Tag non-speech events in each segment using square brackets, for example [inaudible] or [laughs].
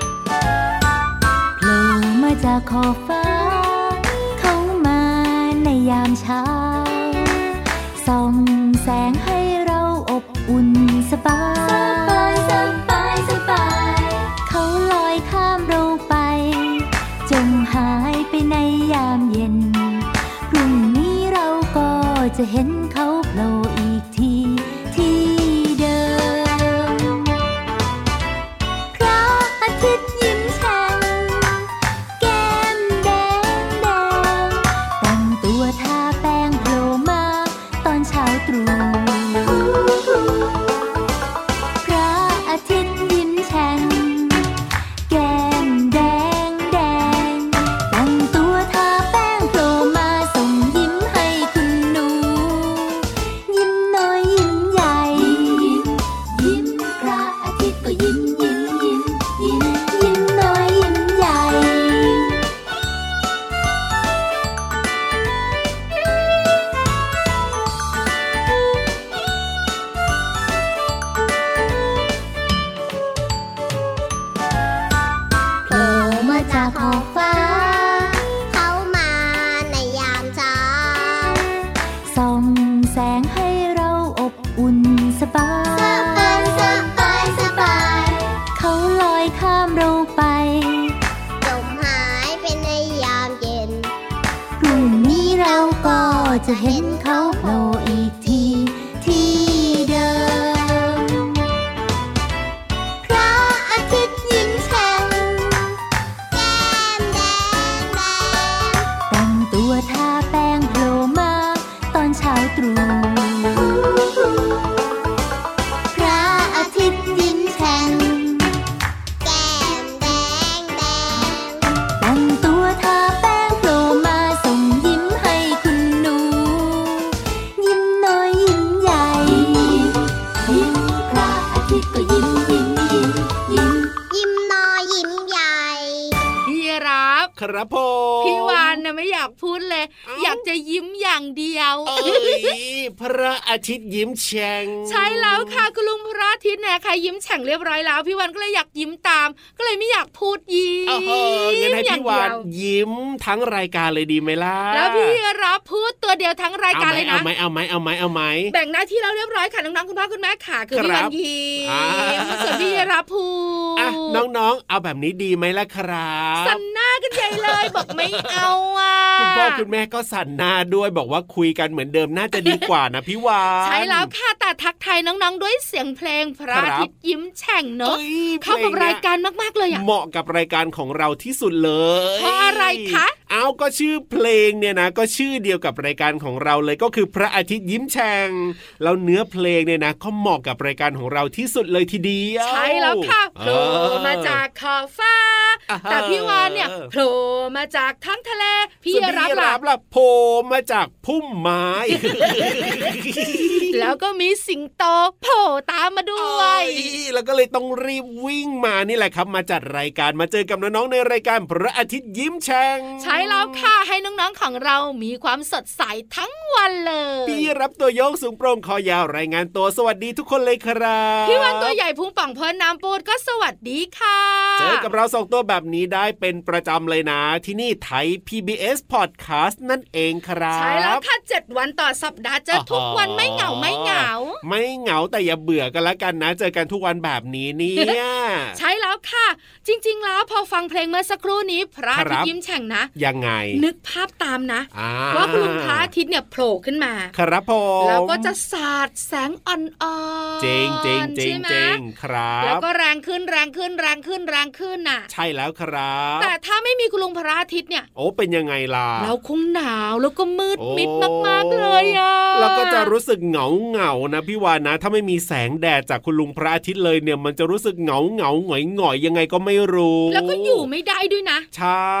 โผล่มาจากขอบฟ้า เข้ามาในยามเช้า ส่องแสงให้เราอบอุ่นสบาย สบายสบาย เขาลอยข้ามเราไป จงหายไปในยามเย็น พรุ่งนี้เราก็จะเห็นเขาโผล่อีกที ที่เดิม พระอาทิตย์ยิ้มแฉ่งแก้มแดงแดงแต่งตัวทาแป้งโผล่มาตอนเช้าตรู่พระอาทิตย์ยิ้มแฉ่งแก้มแดงแดงแต่งตัวทาแป้งโผล่มาส่งยิ้มให้คุณหนู ยิ้มน้อยยิ้มใหญ่ ยิ้มพระอาทิตย์ก็ยิ้มยิ้มยิ้มยิ้มยิ้มน้อยยิ้มใหญ่ โผล่มาจากขอบฟ้า เขามาในยามเช้า ส่องแสงให้เราอบอุ่นสบาย สบายสบาย เขาลอยข้ามเราไป จมหายไปในยามเย็น พรุ่งนี้เราก็จะเห็นเขาโผล่อีกที ที่เดิม พระอาทิตย์ยิ้มแฉ่งแก้มแดงแดง แต่งตัวทาแป้งโผล่มาตอนเช้าตรู่ พระอาทิตย์ยิ้มแฉ่งแก้มแดงแดง แต่งตัวทาแป้งโผล่มาส่งยิ้มให้คุณหนู ยิ้มน้อยยิ้มใหญ่ ยิ้มพระอาทิตย์ก็ยิ้มยิ้มยิ้มยิ้ม ยิ้มน้อยยิ้มใหญ่ พี่รับ ครับผม พี่วานนะไม่อยากพูดเลย อยากจะยิ้มอย่างเดียว เอ้ยพระอาทิตย์ยิ้มแฉ่ง ใช่แล้วค่ะคุณลุงพระอาทิตย์เนี่ยค่ะยิ้มแฉ่งเรียบร้อยแล้ว พี่วันก็เลยอยากยิ้มตาม ก็เลยไม่อยากพูดยิ้ม โอ้โหงั้นให้ อย่ พี่วาน เดีย ยิ้มทั้งรายการเลยดีไหมล่ะ แล้วพี่รับพูดตัวเดียวทั้งรายการเลยนะ เอาไหมเอาไหมเอาไหมเอาไหม แบ่งหน้าที่แล้วเรียบร้อยค่ะน้องๆคุณพ่อคุณแม่ค่ะคือพี่ ครั วั บ นยิ้ อ่า มส่วนพี่รับพูด อ่ะน้องๆ เอาแบบนี้ดีไหมล่ะครับ สันหน้ากันใหญ่เลยบอกไม่เอาอ่ะ คุณพ่อคุณแม่ก็สั่นหน้าด้วยบอกว่าคุยกันเหมือนเดิมน่าจะดีกว่านะพี่วาน ใช่แล้วค่ะแต่ทักทายน้องๆ ด้วยเสียงเพลงพระอาทิตย์ยิ้มแฉ่งเนอะ เอ้ย เข้ากับ เพลงอะ รายการมากๆเลยอ่ะ เหมาะกับรายการของเราที่สุดเลย เพราะอะไรคะ เอาก็ชื่อเพลงเนี่ยนะ ก็ชื่อเดียวกับรายการของเราเลยก็คือพระอาทิตย์ยิ้มแฉ่งแล้วเนื้อเพลงเนี่ยนะก็เหมาะกับรายการของเราที่สุดเลยทีเดียว ใช่แล้วค่ะโผ เอ ล่ อ มาจากขอบฟ้า อ่าฮะ แต่พี่วานเนี่ยโผล่มาจากท้องทะเลพี่ ส่วน รับ รั ล่ะ บล่ะโผล่มาจากพุ่มไม้ แล้วก็มีสิงโตโผล่ตามมาด้วย เอ้ยแล้วก็เลยต้องรีบวิ่งมานี่แหละครับ มาจัดรายการมาเจอกับน้องๆในรายการพระอาทิตย์ยิ้มแฉ่ง ใช่แล้วค่ะให้น้องๆของเรามีความสดใสทั้งวันเลย พี่รับตัวโยงสูงโปร่งคอยาวรายงานตัวสวัสดีทุกคนเลยครับ พี่วานตัวใหญ่พุงป่องพอน้ำปูดก็สวัสดีค่ะ เจอกับเราสองตัวแบบนี้ได้เป็นประจำเลยนะ ที่นี่ไทย PBS Podcast นั่นเองครับ ใช่แล้วค่ะเจ็ดวันต่อสัปดาห์เจอทุกวันไม่เหงาไม่เหงา ไม่เหงาแต่อย่าเบื่อกันละกันนะ เจอกันทุกวันแบบนี้เนี่ย ใช่แล้วค่ะ จริง ๆ แล้วพอฟังเพลงเมื่อสักครู่นี้พระอาทิต ครับ ย์ยิ้มแฉ่งนะ ยังไง นึกภาพตามนะ อ่ ว่าคุณลุงพระอาทิตย์เนี่ยโผล่ขึ้นมา ครับผม แล้วก็จะสาดแสงอ่อนๆ เจริงเจริงเจริ ใช่ ง ไหม เจริงครับ แล้วก็แรงขึ้นแรงขึ้นแรงขึ้นแรงขึ้นน่ะ ใช่แล้ แล้วครับ แต่ถ้าไม่มีคุณลุงพระอาทิตย์เนี่ย โอ้เป็นยังไงล่ะ เราคงหนาวแล้วก็มืด โอ้ มิดมากๆเลยอ่ะ เราก็จะรู้สึกเหงาเหงาๆนะพี่วานนะ ถ้าไม่มีแสงแดดจากคุณลุงพระอาทิตย์เลยเนี่ย มันจะรู้สึกเหงาเหงาหงอยหงอยๆยังไงก็ไม่รู้ แล้วก็อยู่ไม่ได้ด้วยนะ ใช่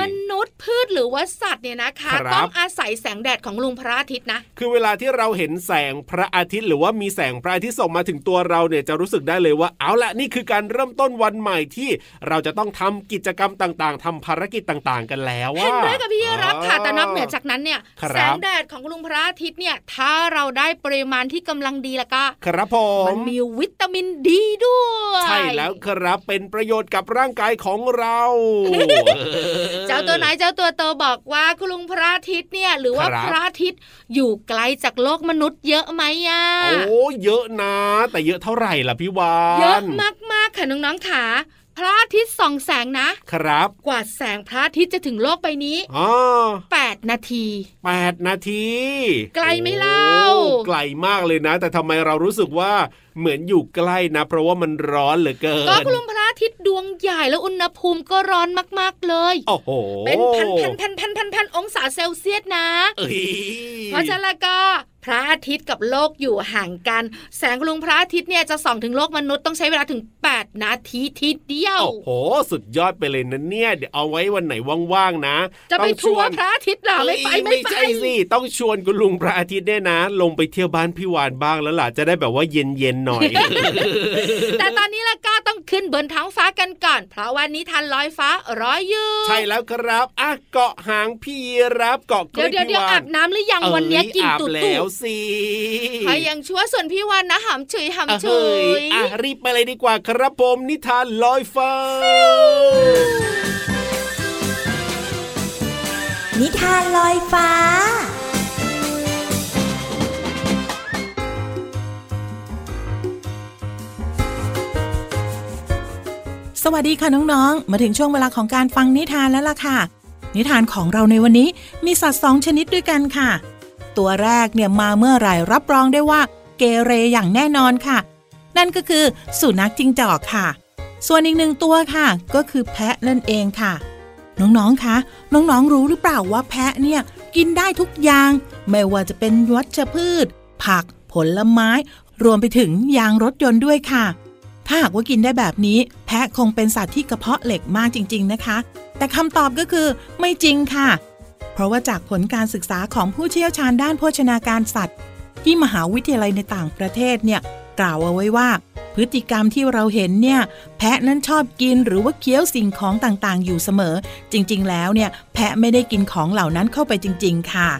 มนุษย์พืชหรือว่าสัตว์เนี่ยนะคะ ครับ ต้องอาศัยแสงแดดของลุงพระอาทิตย์นะ คือเวลาที่เราเห็นแสงพระอาทิตย์ หรือว่ามีแสงพระอาทิตย์ส่องมาถึงตัวเราเนี่ยจะรู้สึกได้เลยว่า เอาละนี่คือการเริ่มต้นวันใหม่ที่เราจะต้องทำกิจกรรมต่างๆทำภารกิจต่างๆ กันแล้วอะ เห็นด้วยกับพี่รับค่ะแต่นอกเหนือจากนั้นเนี่ย ครับ แสงแดดของลุงพระอาทิตย์เนี่ย ถ้าเราได้ปริมาณที่กำลังดีแล้วก็ ครับผ มั ม นมีวิตามินดีด้วย ใช่แล้วครับเป็นประโยชน์กับร่างกายของเรา เจ้าตัวไหนเจ้าตัวโตบอกว่าคุณลุงพระอาทิตย์เนี่ย หรือว่าพระอาทิตย์อยู่ไกลจากโลกมนุษย์เยอะไหมอ่ะ โอ้เยอะนะ แต่เยอะเท่าไหร่ล่ะพี่วาน เยอะมากๆค่ะน้องๆค่ะพระอาทิตย์ส่องแสงนะ ครับ กว่าแสงพระอาทิตย์จะถึงโลกใบนี้ อ๋อ 8 นาที แปดนาที ไกลไหมเล่า โอ้ไกลมากเลยนะ แต่ทำไมเรารู้สึกว่าเหมือนอยู่ใกล้นะ เพราะว่ามันร้อนเหลือเกิน ก็คุณลุงพระอาทิตย์ดวงใหญ่แล้วอุณหภูมิก็ร้อนมากๆเลย โอ้โห เป็นพันพันพันพันพันพันองศาเซลเซียสนะ เอ้ย เพราะฉะนั้นแล้วก็พระอาทิตย์กับโลกอยู่ห่างกัน แสงลุงพระอาทิตย์เนี่ยจะส่องถึงโลกมนุษย์ต้องใช้เวลาถึง 8 นาทีทีเดียว โอ้โห สุดยอดไปเลยนะเนี่ยเดี๋ยวเอาไว้วันไหนว่างๆนะ จะไป ต้องช ทัว ว ร์ น พระอาทิตย์เหรอไม่ไปไม่ไป ใช่สิต้องชวนคุณลุงพระอาทิตย์เนี่ยนะ ลงไปเที่ยวบ้านพี่วานบ้างแล้วล่ะจะได้แบบว่าเย็นเย็นๆหน่อย แต่ตอนนี้แล้วก็ต้องขึ้นบนท้องฟ้ากันก่อน เพราะวันนี้ทันลอยฟ้าร้อยอยู่ ใช่แล้วครับอ่ะเกาะหางพี่รับเกาะค เดี๋ย ลิ ว ป เดี๋ยว พี่ เดี๋ยว วา อาน บน้ำหรือยังวันเนี้ยกลิน เอ้ยอาบ ตุ่ตุ่ แล้วสิ ใครยังชั่วส่วนพี่วันนะหำฉุยหำฉุ เฮ้ ย ยอ่ะรีบไปเลยดีกว่าครับผมนิทานลอยฟ้า นิทานลอยฟ้า สวัสดีค่ะน้องๆ มาถึงช่วงเวลาของการฟังนิทานแล้วล่ะค่ะ นิทานของเราในวันนี้มีสัตว์สองชนิดด้วยกันค่ะ ตัวแรกเนี่ยมาเมื่อไหร่รับรองได้ว่าเกเรอย่างแน่นอนค่ะ นั่นก็คือสุนัขจิงจอกค่ะ ส่วนอีกหนึ่งตัวค่ะ ก็คือแพะนั่นเองค่ะ น้องๆ คะ น้องๆ รู้หรือเปล่าว่าแพะเนี่ยกินได้ทุกอย่าง ไม่ว่าจะเป็นวัชพืช ผัก ผลไม้ รวมไปถึงยางรถยนต์ด้วยค่ะ ถ้าหากว่ากินได้แบบนี้ แพะคงเป็นสัตว์ที่กระเพาะเหล็กมากจริง ๆนะคะ แต่คำตอบก็คือไม่จริงค่ะ เพราะว่าจากผลการศึกษาของผู้เชี่ยวชาญด้านโภชนาการสัตว์ ที่มหาวิทยาลัยในต่างประเทศเนี่ยกล่าวเอาไว้ว่า พฤติกรรมที่เราเห็นเนี่ยแพะนั้นชอบกินหรือว่าเคี้ยวสิ่งของต่างๆ อยู่เสมอ จริง ๆ แล้วเนี่ยแพะไม่ได้กินของเหล่านั้นเข้าไปจริง ๆ ค่ะ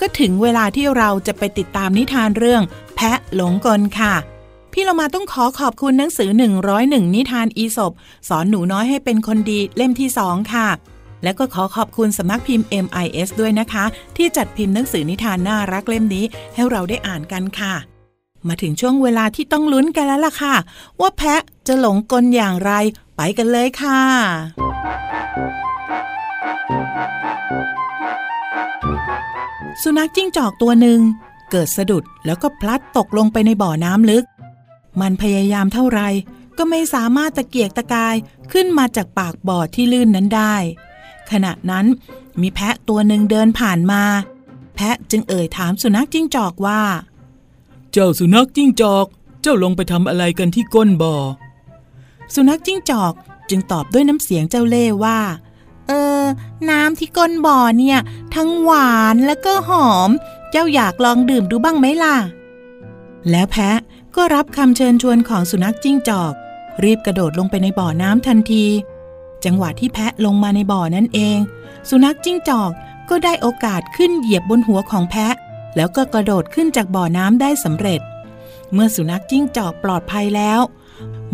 ก็ถึงเวลาที่เราจะไปติดตามนิทานเรื่อง แพะหลงกลค่ะ พี่เรามาต้องขอขอบคุณหนังสือ 101 นิทานอีสบสอนหนูน้อยให้เป็นคนดีเล่มที่ 2 ค่ะ และก็ขอขอบคุณสำนักพิมพ์ MIS ด้วยนะคะ ที่จัดพิมพ์หนังสือนิทานน่ารักเล่มนี้ให้เราได้อ่านกันค่ะ มาถึงช่วงเวลาที่ต้องลุ้นกันแล้วล่ะค่ะ ว่าแพะจะหลงกลอย่างไร ไปกันเลยค่ะ สุนัขจิ้งจอกตัวหนึ่ง เกิดสะดุดแล้วก็พลัดตกลงไปในบ่อน้ำลึก มันพยายามเท่าไรก็ไม่สามารถตะเกียกตะกายขึ้นมาจากปากบ่อที่ลื่นนั้นได้ ขณะนั้นมีแพะตัวหนึ่งเดินผ่านมา แพะจึงเอ่ยถามสุนัขจิ้งจอกว่า เจ้าสุนัขจิ้งจอก เจ้าลงไปทำอะไรกันที่ก้นบ่อ สุนัขจิ้งจอกจึงตอบด้วยน้ำเสียงเจ้าเล่ห์ว่า เออ น้ำที่ก้นบ่อเนี่ย ทั้งหวานแล้วก็หอม เจ้าอยากลองดื่มดูบ้างไหมล่ะ แล้วแพะก็รับคำเชิญชวนของสุนัขจิ้งจอก รีบกระโดดลงไปในบ่อน้ำทันที จังหวะที่แพะลงมาในบ่อนั่นเอง สุนัขจิ้งจอกก็ได้โอกาสขึ้นเหยียบบนหัวของแพะ แล้วก็กระโดดขึ้นจากบ่อน้ำได้สำเร็จ เมื่อสุนัขจิ้งจอกปลอดภัยแล้ว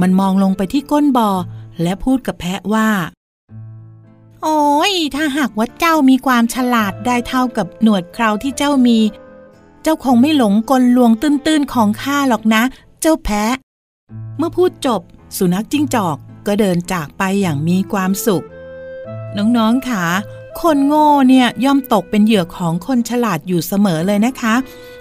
มันมองลงไปที่ก้นบ่อและพูดกับแพะว่า โอ้ย ถ้าหากว่าเจ้ามีความฉลาดได้เท่ากับหนวดเคราที่เจ้ามี เจ้าคงไม่หลงกลลวงตื้นๆของข้าหรอกนะ เจ้าแพะ เมื่อพูดจบ สุนัขจิ้งจอกก็เดินจากไปอย่างมีความสุข น้องๆค่ะ คนโง่เนี่ยย่อมตกเป็นเหยื่อของคนฉลาดอยู่เสมอเลยนะคะ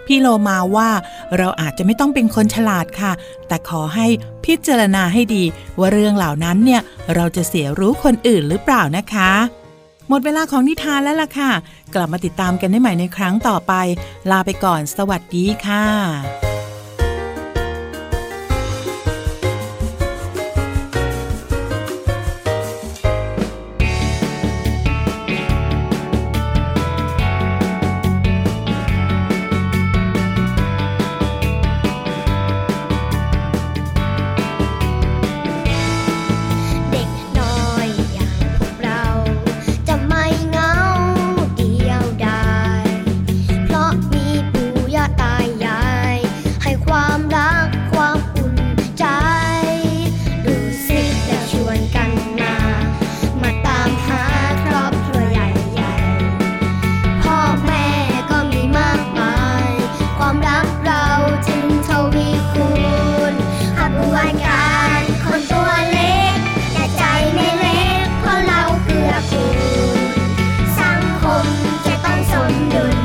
พี่โลมาว่าเราอาจจะไม่ต้องเป็นคนฉลาดค่ะ แต่ขอให้พิจารณาให้ดี ว่าเรื่องเหล่านั้นเนี่ยเราจะเสียรู้คนอื่นหรือเปล่านะคะ หมดเวลาของนิทานแล้วล่ะค่ะ กลับมาติดตามกันได้ใหม่ในครั้งต่อไป ลาไปก่อนสวัสดีค่ะ เด็กน้อยอย่างพวกเราจะไม่เหงาเดียวดายเพราะมีปู่ย่าตายาย ให้ความรักความอุ่นใจ ดูสิจะชวนกันมา มาตามหาครอบครัวใหญ่ๆ พ่อแม่ก็มีมากมาย ความรักเราจึงทวีคูณขบวนการคนตัวเล็ก แต่ใจไม่เล็กเพราะเราเกือกูลสังคมจะต้องสมดุล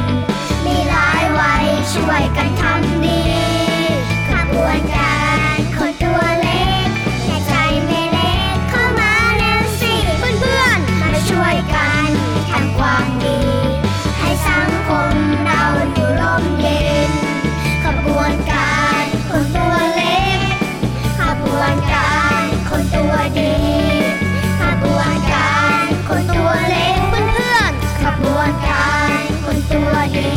มีหลายวัยช่วยกันทำดีขบวนการคนตัวเล็ก แต่ใจไม่เล็กเข้ามาแล้วสิเพื่อนๆ มาช่วยกันทำความดี ให้สังคมเราอยู่ร่มเย็นขบวนการคนตัวเล็ก ขบวนการคนตัวดี ขบวนการคนตัวเล็กเพื่อนๆ ขบวนการคนตัวดี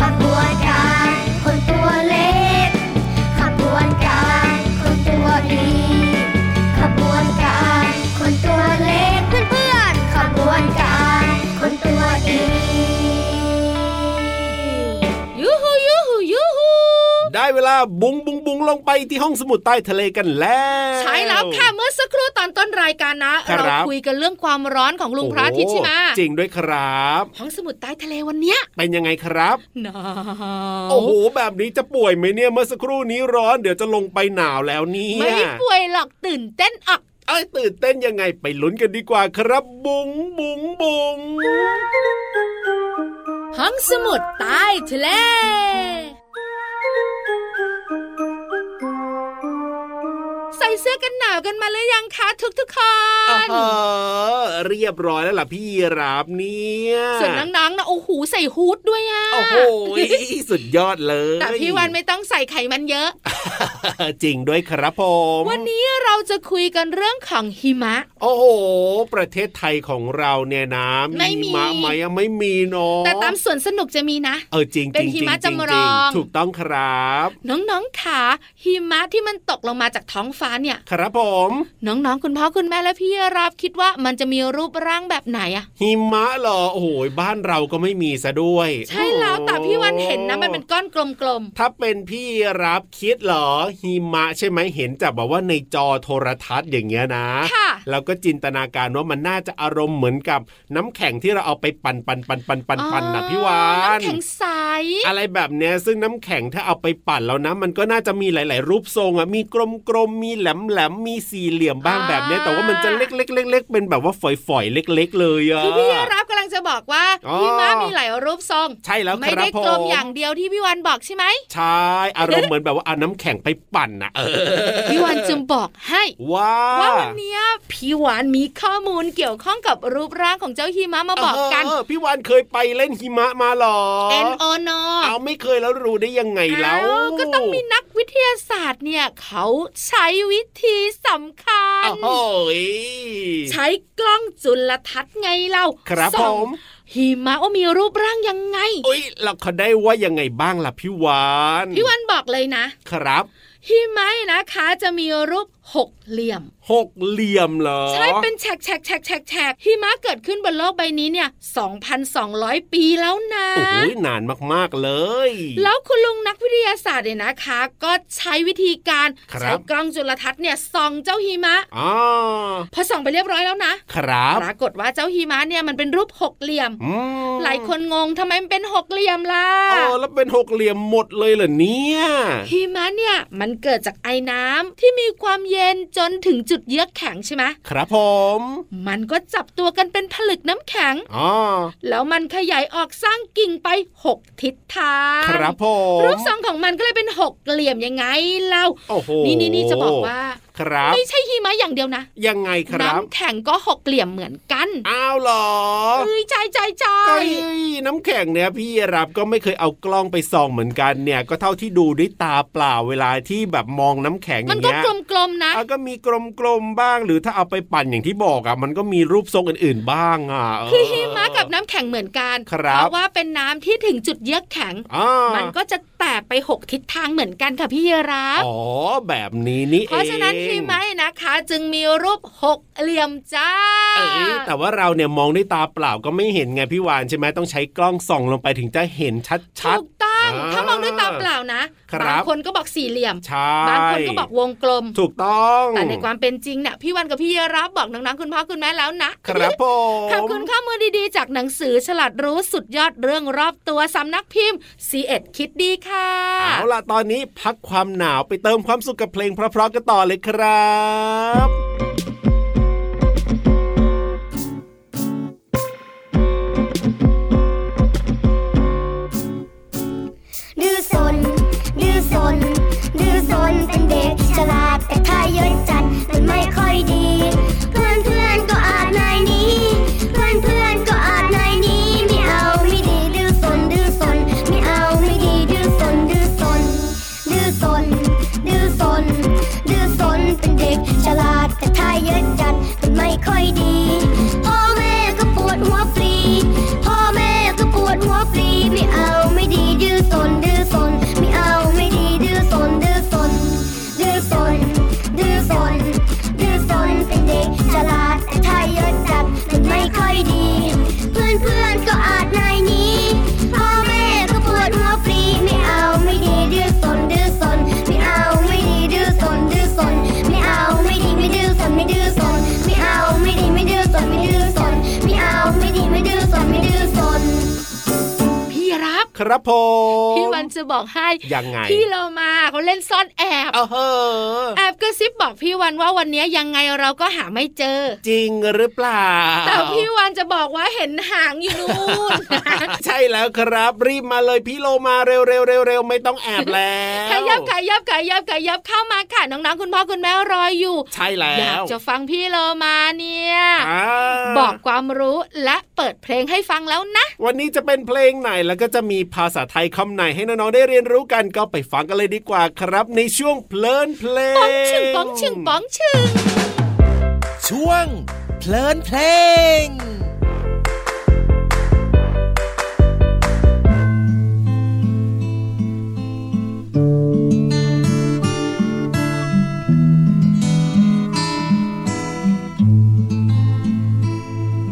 ขบวนการคนตัวเล็ก ขบวนการคนตัวดี ขบวนการคนตัวเล็กเพื่อนๆ ขบวนการคนตัวดี ยูฮูยูฮูยูฮู ได้เวลาบุงบุงบุงลงไปที่ห้องสมุดใต้ทะเลกันแล้ว ใช่แล้วค่ะเมื่อสักครู่ตอนต้นรายการนะ ครับ เราคุยกันเรื่องความร้อนของลุงพระอาทิตย์ใช่ไหม โอ้จริงด้วยครับ ห้องสมุดใต้ทะเลวันเนี้ย เป็นยังไงครับ หนาว โอ้โห แบบนี้จะป่วยไหมเนี่ย เมื่อสักครู่นี้ร้อนเดี๋ยวจะลงไปหนาวแล้วเนี่ย ไม่ป่วยหรอกตื่นเต้นออก เอ้ยตื่นเต้นยังไงไปลุ้นกันดีกว่าครับ บุงบุงบุง ห้องสมุดใต้ทะเล ใส่เสื้อกันหนาวกันมาหรือยังคะทุกๆค เอน อเรียบร้อยแล้วล่ะพี่รับเนี่ย ส่วนน้องๆนะโอ้โหใส่ฮูดด้วยอะ โอ้โหสุดยอดเลย แต่พี่วันไม่ต้องใส่ไขมันเยอะ จริงด้วยครับผม วันนี้เราจะคุยกันเรื่องของหิมะ โอ้โห ประเทศไทยของเราเนี่ยนะ ไม่มี หิมะไหมอะไม่มีเนาะ แต่ตามสวนสนุกจะมีนะ เออจริงๆ เป็นหิมะ ริงๆ จำล ริง อง ๆถูกต้องครับ น้องๆขาหิมะที่มันตกลงมาจากท้องฟ้าเนี่ย ครับผม น้องๆ คุณพ่อคุณแม่และพี่รับคิดว่ามันจะมีรูปร่างแบบไหนอะ หิมะเหรอ โอ้โหบ้านเราก็ไม่มีซะด้วย ใช่แล้วแต่พี่วันเห็นนะมันเป็นก้อนกลม ถ้าเป็นพี่รับคิดเหรอหิมะใช่ไหมเห็นจากแบบว่าในจอโทรทัศน์อย่างเงี้ยนะ ๆ ค่ะ แล้วก็จินตนาการว่ามันน่าจะอารมณ์เหมือนกับน้ำแข็งที่เราเอาไปปั่นปั่นปั่นปั่นปั่นปั่นนะพี่วา อ๋อน น้ำแข็งใส อะไรแบบเนี้ยซึ่งน้ำแข็งถ้าเอาไปปั่นแล้วนะ มันก็น่าจะมีหลาย ๆ รูปทรงอ่ะมีกลมๆมีแหลมๆมีสี่เหลี่ยมบ้างแบบเนี้ยแต่ว่ามันจะเล็กๆเล็กๆเป็นแบบว่าฝอยๆเล็ก ๆ เลยอ่ะ คือพี่รับกำลังจะบอกว่า อ๋อ หิมะมีหลายรูปทรง ใช่แล้ว ไม่ ครับ ได้กลม ผ อย่างเดียวที่พี่วันบอกใช่ไหม ใช่อารมณ์เหมือนแบบว่าเอาน้ำแข็งไปปั่นนะเออ พี่วันจึงบอกให้ ว้า ว่าวันเนี้ยพี่วานมีข้อมูลเกี่ยวข้องกับรูปร่างของเจ้าหิมะมาบอกกัน เออพี่วานเคยไปเล่นหิมะมาหรอ N O N เอาไม่เคยแล้วรู้ได้ยังไงแล้ว อ้าก็ต้องมีนักวิทยาศาสตร์เนี่ย เขาใช้วิธีสำคัญ โอ้โห ใช้กล้องจุลทรรศน์ไงเรา ครับ ส่อง ผม หิมะว่ามีรูปร่างยังไง อุ้ยเราเขาได้ว่ายังไงบ้างล่ะพี่วาน พี่วันบอกเลยนะครับหิมะนะคะ จะมีรูปหกเหลี่ยม หกเหลี่ยมเหรอ ใช่เป็นแฉกแฉกแฉกแฉกแฉกหิมะเกิดขึ้นบนโลกใบนี้เนี่ย 2,200 ปีแล้วนะ โอ้โห ยนานมากๆเลย แล้วคุณลุงนักวิทยาศาสตร์เนี่ยนะคะ ก็ใช้วิธีการ ครับ ใช้กล้องจุลทรรศน์เนี่ยส่องเจ้าหิมะ อ๋อ พอส่องไปเรียบร้อยแล้วนะครับ ปรากฏว่าเจ้าหิมะเนี่ยมันเป็นรูปหกเหลี่ยม อืม หลายคนงงทำไมมันเป็นหกเหลี่ยมล่ะ เออแล้วเป็นหกเหลี่ยมหมดเลยเหรอเนี่ย หิมะเนี่ยมันเกิดจากไอ้น้ำที่มีความเย็นจนถึงจุดเยือกแข็งใช่ไหม ครับผม มันก็จับตัวกันเป็นผลึกน้ำแข็ง อ๋อ แล้วมันขยายออกสร้างกิ่งไปหกทิศทาง ครับผม รูปทรงของมันก็เลยเป็นหกเหลี่ยมยังไงเล่า โอ้โห นี่นี่นี่จะบอกว่า ครับ ไม่ใช่หิมะอย่างเดียวนะ ยังไงครับ น้ำแข็งก็หกเหลี่ยมเหมือนกัน อ้าวเหรอ เอ้ยใจใจใจ ไอ้น้ำแข็งเนี่ยพี่รับก็ไม่เคยเอากล้องไปส่องเหมือนกันเนี่ย ก็เท่าที่ดูด้วยตาเปล่าเวลาที่แบบมองน้ำแข็งอ มัน ย่าง ก็ เงี้ย กลมๆนะ อ่ะก็มีกลมๆบ้าง หรือถ้าเอาไปปั่นอย่างที่บอกอ่ะมันก็มีรูปทรงอื่นๆบ้างอ่ะเ คือหิมะกับน้ำแข็งเหมือนกัน ครั เพ บ ราะว่าเป็นน้ำที่ถึงจุดเยือกแข็ง อ่า มันก็จะแตกไปหกทิศทางเหมือนกันค่ะพี่รับ อ๋อ แบบนี้นี่เอง เพราะฉะนั้นหิมะเนี่ยนะคะ จึงมีรูปหกเหลี่ยมจ้า เอ้ยแต่ว่าเราเนี่ยมองด้วยตาเปล่าก็ไม่เห็นไงพี่วานใช่ไหมต้องใช้กล้องส่องลงไปถึงจะเห็นชัด ถูกต้อง อ่า ถ้ามองด้วยตาเปล่านะครับ บางคนก็บอกสี่เหลี่ยม ๆใช่ บางคนก็บอกวงกลม ถูกต้อง แต่ในความเป็นจริงเนี่ยพี่วันกับพี่รับบอกน้องๆคุณพ่อคุณแม่แล้วนะครับ ผม ขอบคุณข้อมูลดีๆ จากหนังสือฉลาดรู้สุดยอดเรื่องรอบตัวสำนักพิมพ์ c ีเอ็ดคิดดีค่ะ เอาล่ะ ตอนนี้พักความหนาวไปเติมความสุขกับเพลงเพราะๆกันต่อเลยครับ ดื้อสน ดื้อสน ดื้อสน เป็นเด็กฉลาดแต่ถ้าเยอะจัดมันไม่ค่อยดี เพื่อนเพื่อนๆก็อาจนายหนี้ เพื่อนเพื่อนๆก็อาจนายหนี้ไม่เอาไม่ดี ดื้อสน ดื้อสน ไม่เอาไม่ดี ดื้อสน ดื้อสน ดื้อสน ดื้อสน ดื้อสน เป็นเด็กฉลาดแต่ถ้าเยอะจัดมันไม่ค่อยดี พ่อแม่ก็ปวดหัวปลี พ่อแม่ก็ปวดหัวปลีไม่เอาไม่ดี ดื้อสน ดื้อสน ไม่เอาไม่ดี ดื้อสน ดื้อสน ดื้อสน ดื้อสน ดื้อสน เป็นเด็กฉลาดแต่ถ้าเยอะจัดมันไม่ค่อยดี เพื่อนเพื่อนๆก็อาจนายหนี้ พ่อแม่ก็ปวดหัวปลีไม่เอาไม่ดี ดื้อสน ดื้อสน ไม่เอาไม่ดี ดื้อสน ดื้อสน ไม่เอาไม่ดีไม่ดื้อสนไม่ดื้อสน ไม่เอาไม่ดีไม่ดื้อสนไม่ดื้อสน ไม่เอาไม่ดีไม่ดื้อสนไม่ดื้อสน พี่รับ ครับผม พี่วันจะบอกให้ ยังไง พี่เรามาเขาเล่นซ่อนแอบ เออเหอะ แอบกระซิบบอกพี่วันว่าวันนี้ยังไงเราก็หาไม่เจอ จริงหรือเปล่า แต่พี่วันจะบอกว่าเห็นหางอยู่นู่น [laughs] ใช่แล้วครับรีบมาเลยพี่โลมาเร็วๆเร็วๆไม่ต้องแอบแล้ว ขยับขยับขยับขยับเข้ามาค่ะน้องๆคุณพ่อคุณแม่รออยู่ ใช่แล้ อยาก ว จะฟังพี่โลมาเนี่ย อ่า บอกความรู้และเปิดเพลงให้ฟังแล้วนะ วันนี้จะเป็นเพลงไหนแล้วก็จะมีภาษาไทยคำไหนให้น้องๆได้เรียนรู้กันก็ไปฟังกันเลยดีกว่าครับ ในช่วงเพลินเพลง ป้องชึงป้องชึงป้องชึง ช่วงเพลินเพลง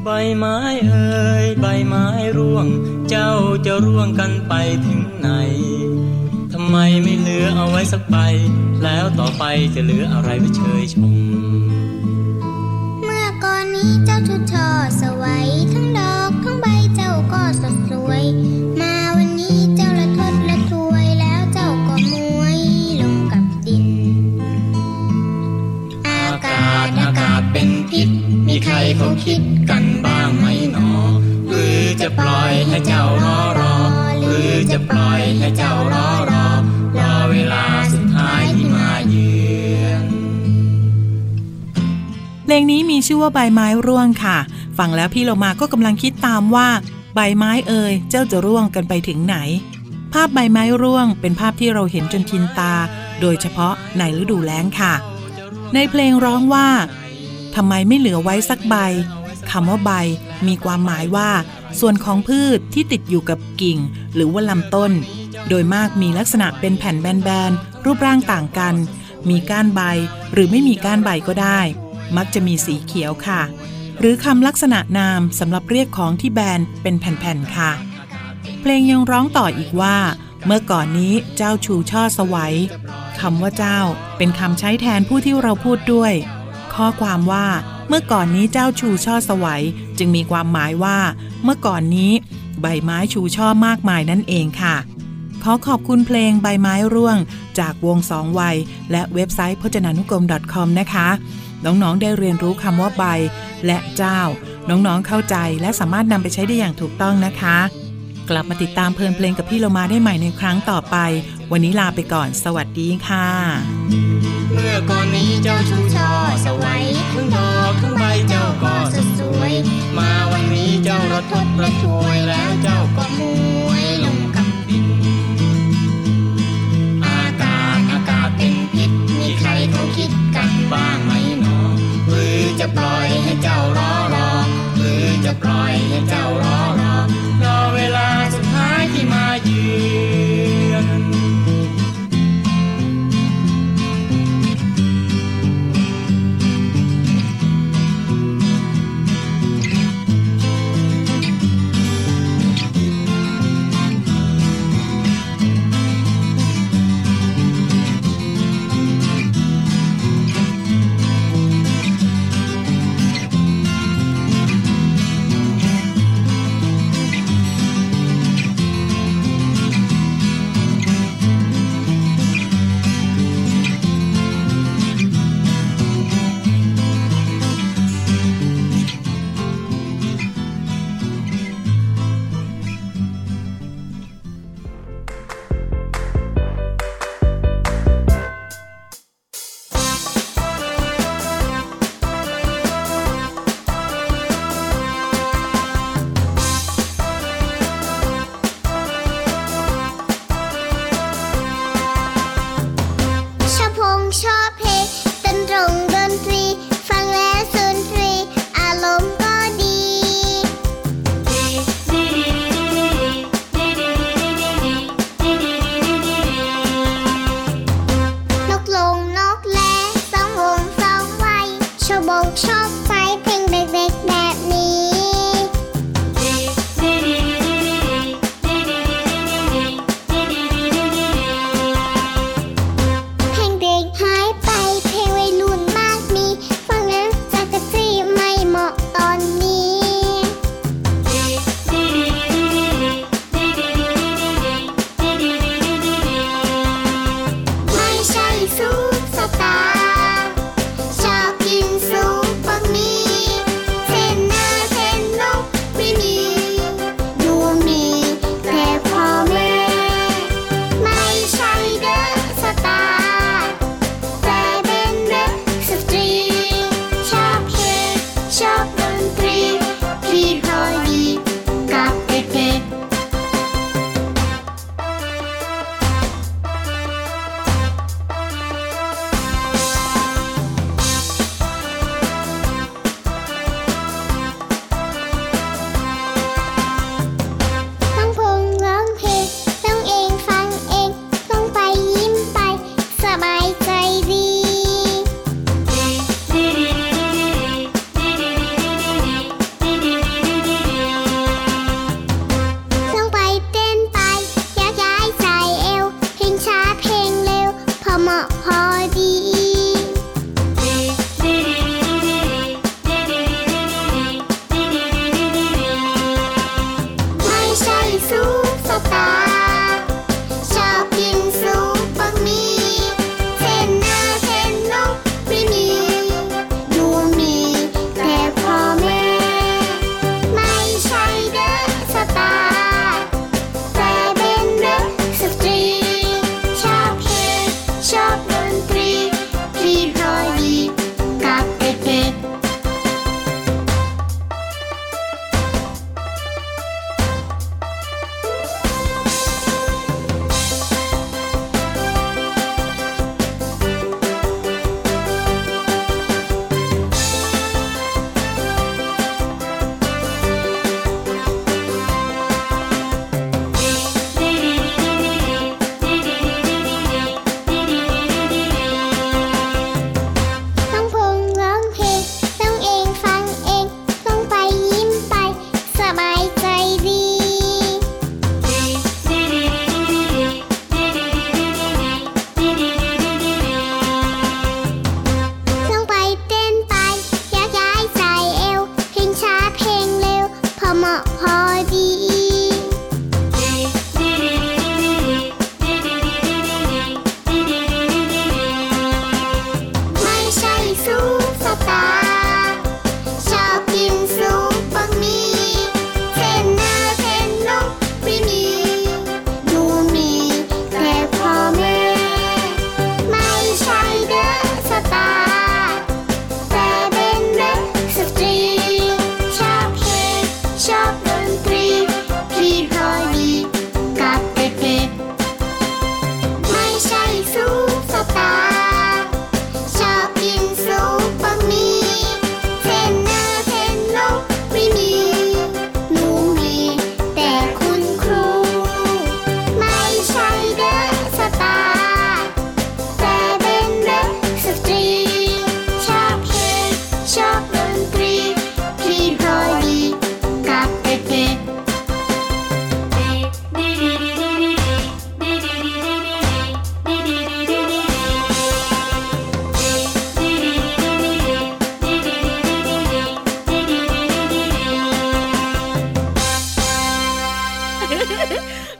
ใบไม้เอ่ยใบไม้ร่วง เจ้าจะร่วงกันไปถึงไหนทำไมไม่เหลือเอาไว้สักใบ แล้วต่อไปจะเหลืออะไรไว้เชยชม เมื่อก่อนนี้เจ้าทุดช่อสวัยทั้งดอกทั้งใบเจ้าก็สดสวย มาวันนี้เจ้าละทดละทวยแล้วเจ้าก็มวยลงกับดิน อา อาากกา ศ ศ อาาอากก า ศ ศ เป็ เป็น น พิ พิ ษ ษ มี มี ใค ใค ร ร เขา เขา คิ คิ ด ด กั กัน น บ้า บ้าง ง ไห ไห ม ม ห ห น น อ อ ห ห รื รืออ จะ จะ ป ป ล่ ล่ อ อย ย ให้ ให้ เจ้า เจ้ารร อรออรอ ห ห รื รืออ จะ จะ ป ป ล่ ล่ อ อย ย ให้ ให้ เจ้า เจ้าร ร อ อ ร ร อ อ ร ร อ อ เว เว ลา ลา สุ สุ ด ด ท้า ท้ายย ที่มาที่มา เยื เยื อ อเพน นลงนี้มีชื่อว่าใบไม้ร่วงค่ะ ฟังแล้วพี่โลมาก็กำลังคิดตามว่า ใบไม้เอ่ยเจ้าจะร่วงกันไปถึงไหน ภาพใบไม้ร่วง เป็นภาพที่เราเห็นจนชินตา โดยเฉพาะในฤดูแล้งค่ะ ในเพลงร้องว่าทำไมไม่เหลือไว้สักใบคำว่าใบ มีความหมายว่า ส่วนของพืชที่ติดอยู่กับกิ่ง หรือว่าลำต้น โดยมากมีลักษณะเป็นแผ่นแบนๆรูปร่างต่างกัน มีก้านใบ หรือไม่มีก้านใบก็ได้ มักจะมีสีเขียวค่ะ หรือคำลักษณะนามสำหรับเรียกของที่แบนเป็นแผ่นๆค่ะ เพลงยังร้องต่ออีกว่า เมื่อก่อนนี้เจ้าชูช่อสวัยคำว่าเจ้าเป็นคำใช้แทนผู้ที่เราพูดด้วย ข้อความว่า เมื่อก่อนนี้เจ้าชูช่อสวัยจึงมีความหมายว่า เมื่อก่อนนี้ ใบไม้ชูช่อมากมายนั่นเองค่ะ ขอขอบคุณเพลงใบไม้ร่วง จากวงสองวัย และเว็บไซต์พจนานุกรม .com นะคะ น้องๆได้เรียนรู้คำว่าใบ และเจ้า น้องๆเข้าใจและสามารถนำไปใช้ได้อย่างถูกต้องนะคะ กลับมาติดตามเพลินเพลงกับพี่โลมาได้ใหม่ในครั้งต่อไป วันนี้ลาไปก่อน สวัสดีค่ะ เมื่อก่อนนี้เจ้าชูช่อสวัยทั้งดอกทั้งใบเจ้าก็สดสวย มาวันนี้เจ้ารถทดรถถวยแล้วเจ้าก็มวยลงกับดิน อากาศอากาศเป็นพิษมีใครเขาคิดกันบ้างไหมหนอ หรือจะปล่อยให้เจ้ารอรอ หรือจะปล่อยให้เจ้ารอรอ รอเวลาสุดท้ายที่มาเยือน เ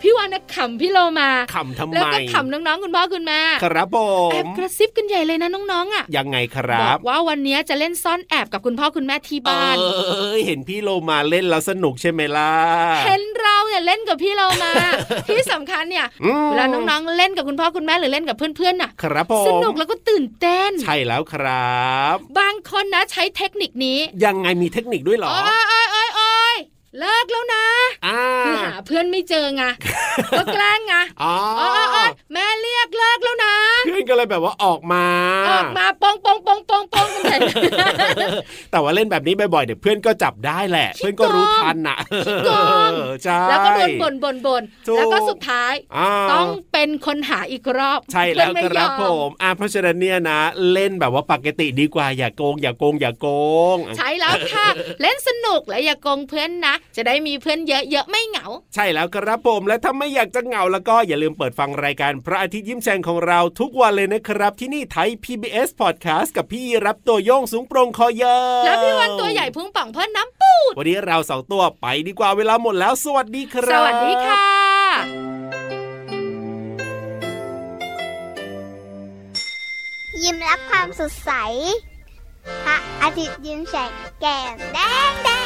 พี่วานนะขำพี่โลมา ขำทำไม แล้วก็ขำน้องๆคุณพ่อคุณแม่ ครับผ แอบ ม กระซิบกันใหญ่เลยนะน้องๆอ่ะ ยังไงค บ รั อบ กว่าวันนี้จะเล่นซ่อนแอบกับคุณพ่อคุณแม่ที่บ้าน เอ้ยเห็นพี่โลมาเล่นแล้วสนุกใช่ไหมล่ะ เห็นเราเนี่ยเล่นกับพี่เรา [laughs] มา ที่สำคัญเนี่ย อืม เวลาน้องๆเล่นกับคุณพ่อคุณแม่หรือเล่นกับเพื่อนๆน่ะ ครับผม สนุกแล้วก็ตื่นเต้น ใช่แล้วครับ บางคนนะใช้เทคนิคนี้ ยังไงมีเทคนิคด้วยเหรอ โอ้ยโอ้ยโอ้ยโอ้ยเลิกแล้วนะ อ่า คือหาเพื่อนไม่เจอ [laughs] ไง ก็แกล้งไง อ๋อ โอ้ยโอ้ยโอ้ยแม่เรียกเลิกแล้วนะ เพื่อนก็เลยแบบว่าออกมา ออกมาปองปองปองปองปองกันใหญ่ แต่ว่าเล่นแบบนี้บ่อยๆเดี๋ยวเพื่อนก็จับได้แหละ เพื่อนก็รู้ทันน่ะ โกง เออใช่ แล้วก็โดนบ่นบ่นบ่นแล้วก็สุดท้าย า ต้องเป็นคนหาอีกรอบ ใช่แล้ว เพื่อน ค ไม่ย รับ อม ผมอ่ะเพราะฉะนั้นเนี่ยนะ เล่นแบบว่าปกติดีกว่า อย่าโกง อย่าโกง อย่าโกง ใช่แล้วค่ะ เล่นสนุกและอย่าโกงเพื่อนนะ จะได้มีเพื่อนเยอะๆไม่เหงา ใช่แล้วครับผม และถ้าไม่อยากจะเหงาแล้วก็อย่าลืมเปิดฟังรายการพระอาทิตย์ยิ้มแฉ่งของเราทุกวันเลยนะครับ ที่นี่ไทย PBS Podcast กับพี่รับตัวโยงสูงโปรงคอเยอ แล้วพี่วันตัวใหญ่พุงป่องเพื่อนน้ำปูด วันนี้เราสองตัวไปดีกว่าเวลาหมดแล้ว สวัสดีค ส รับ วัสดีค่ะ ยิ้มรับความสดใส พระอาทิตย์ยิ้มแฉกแก้มแดงแดง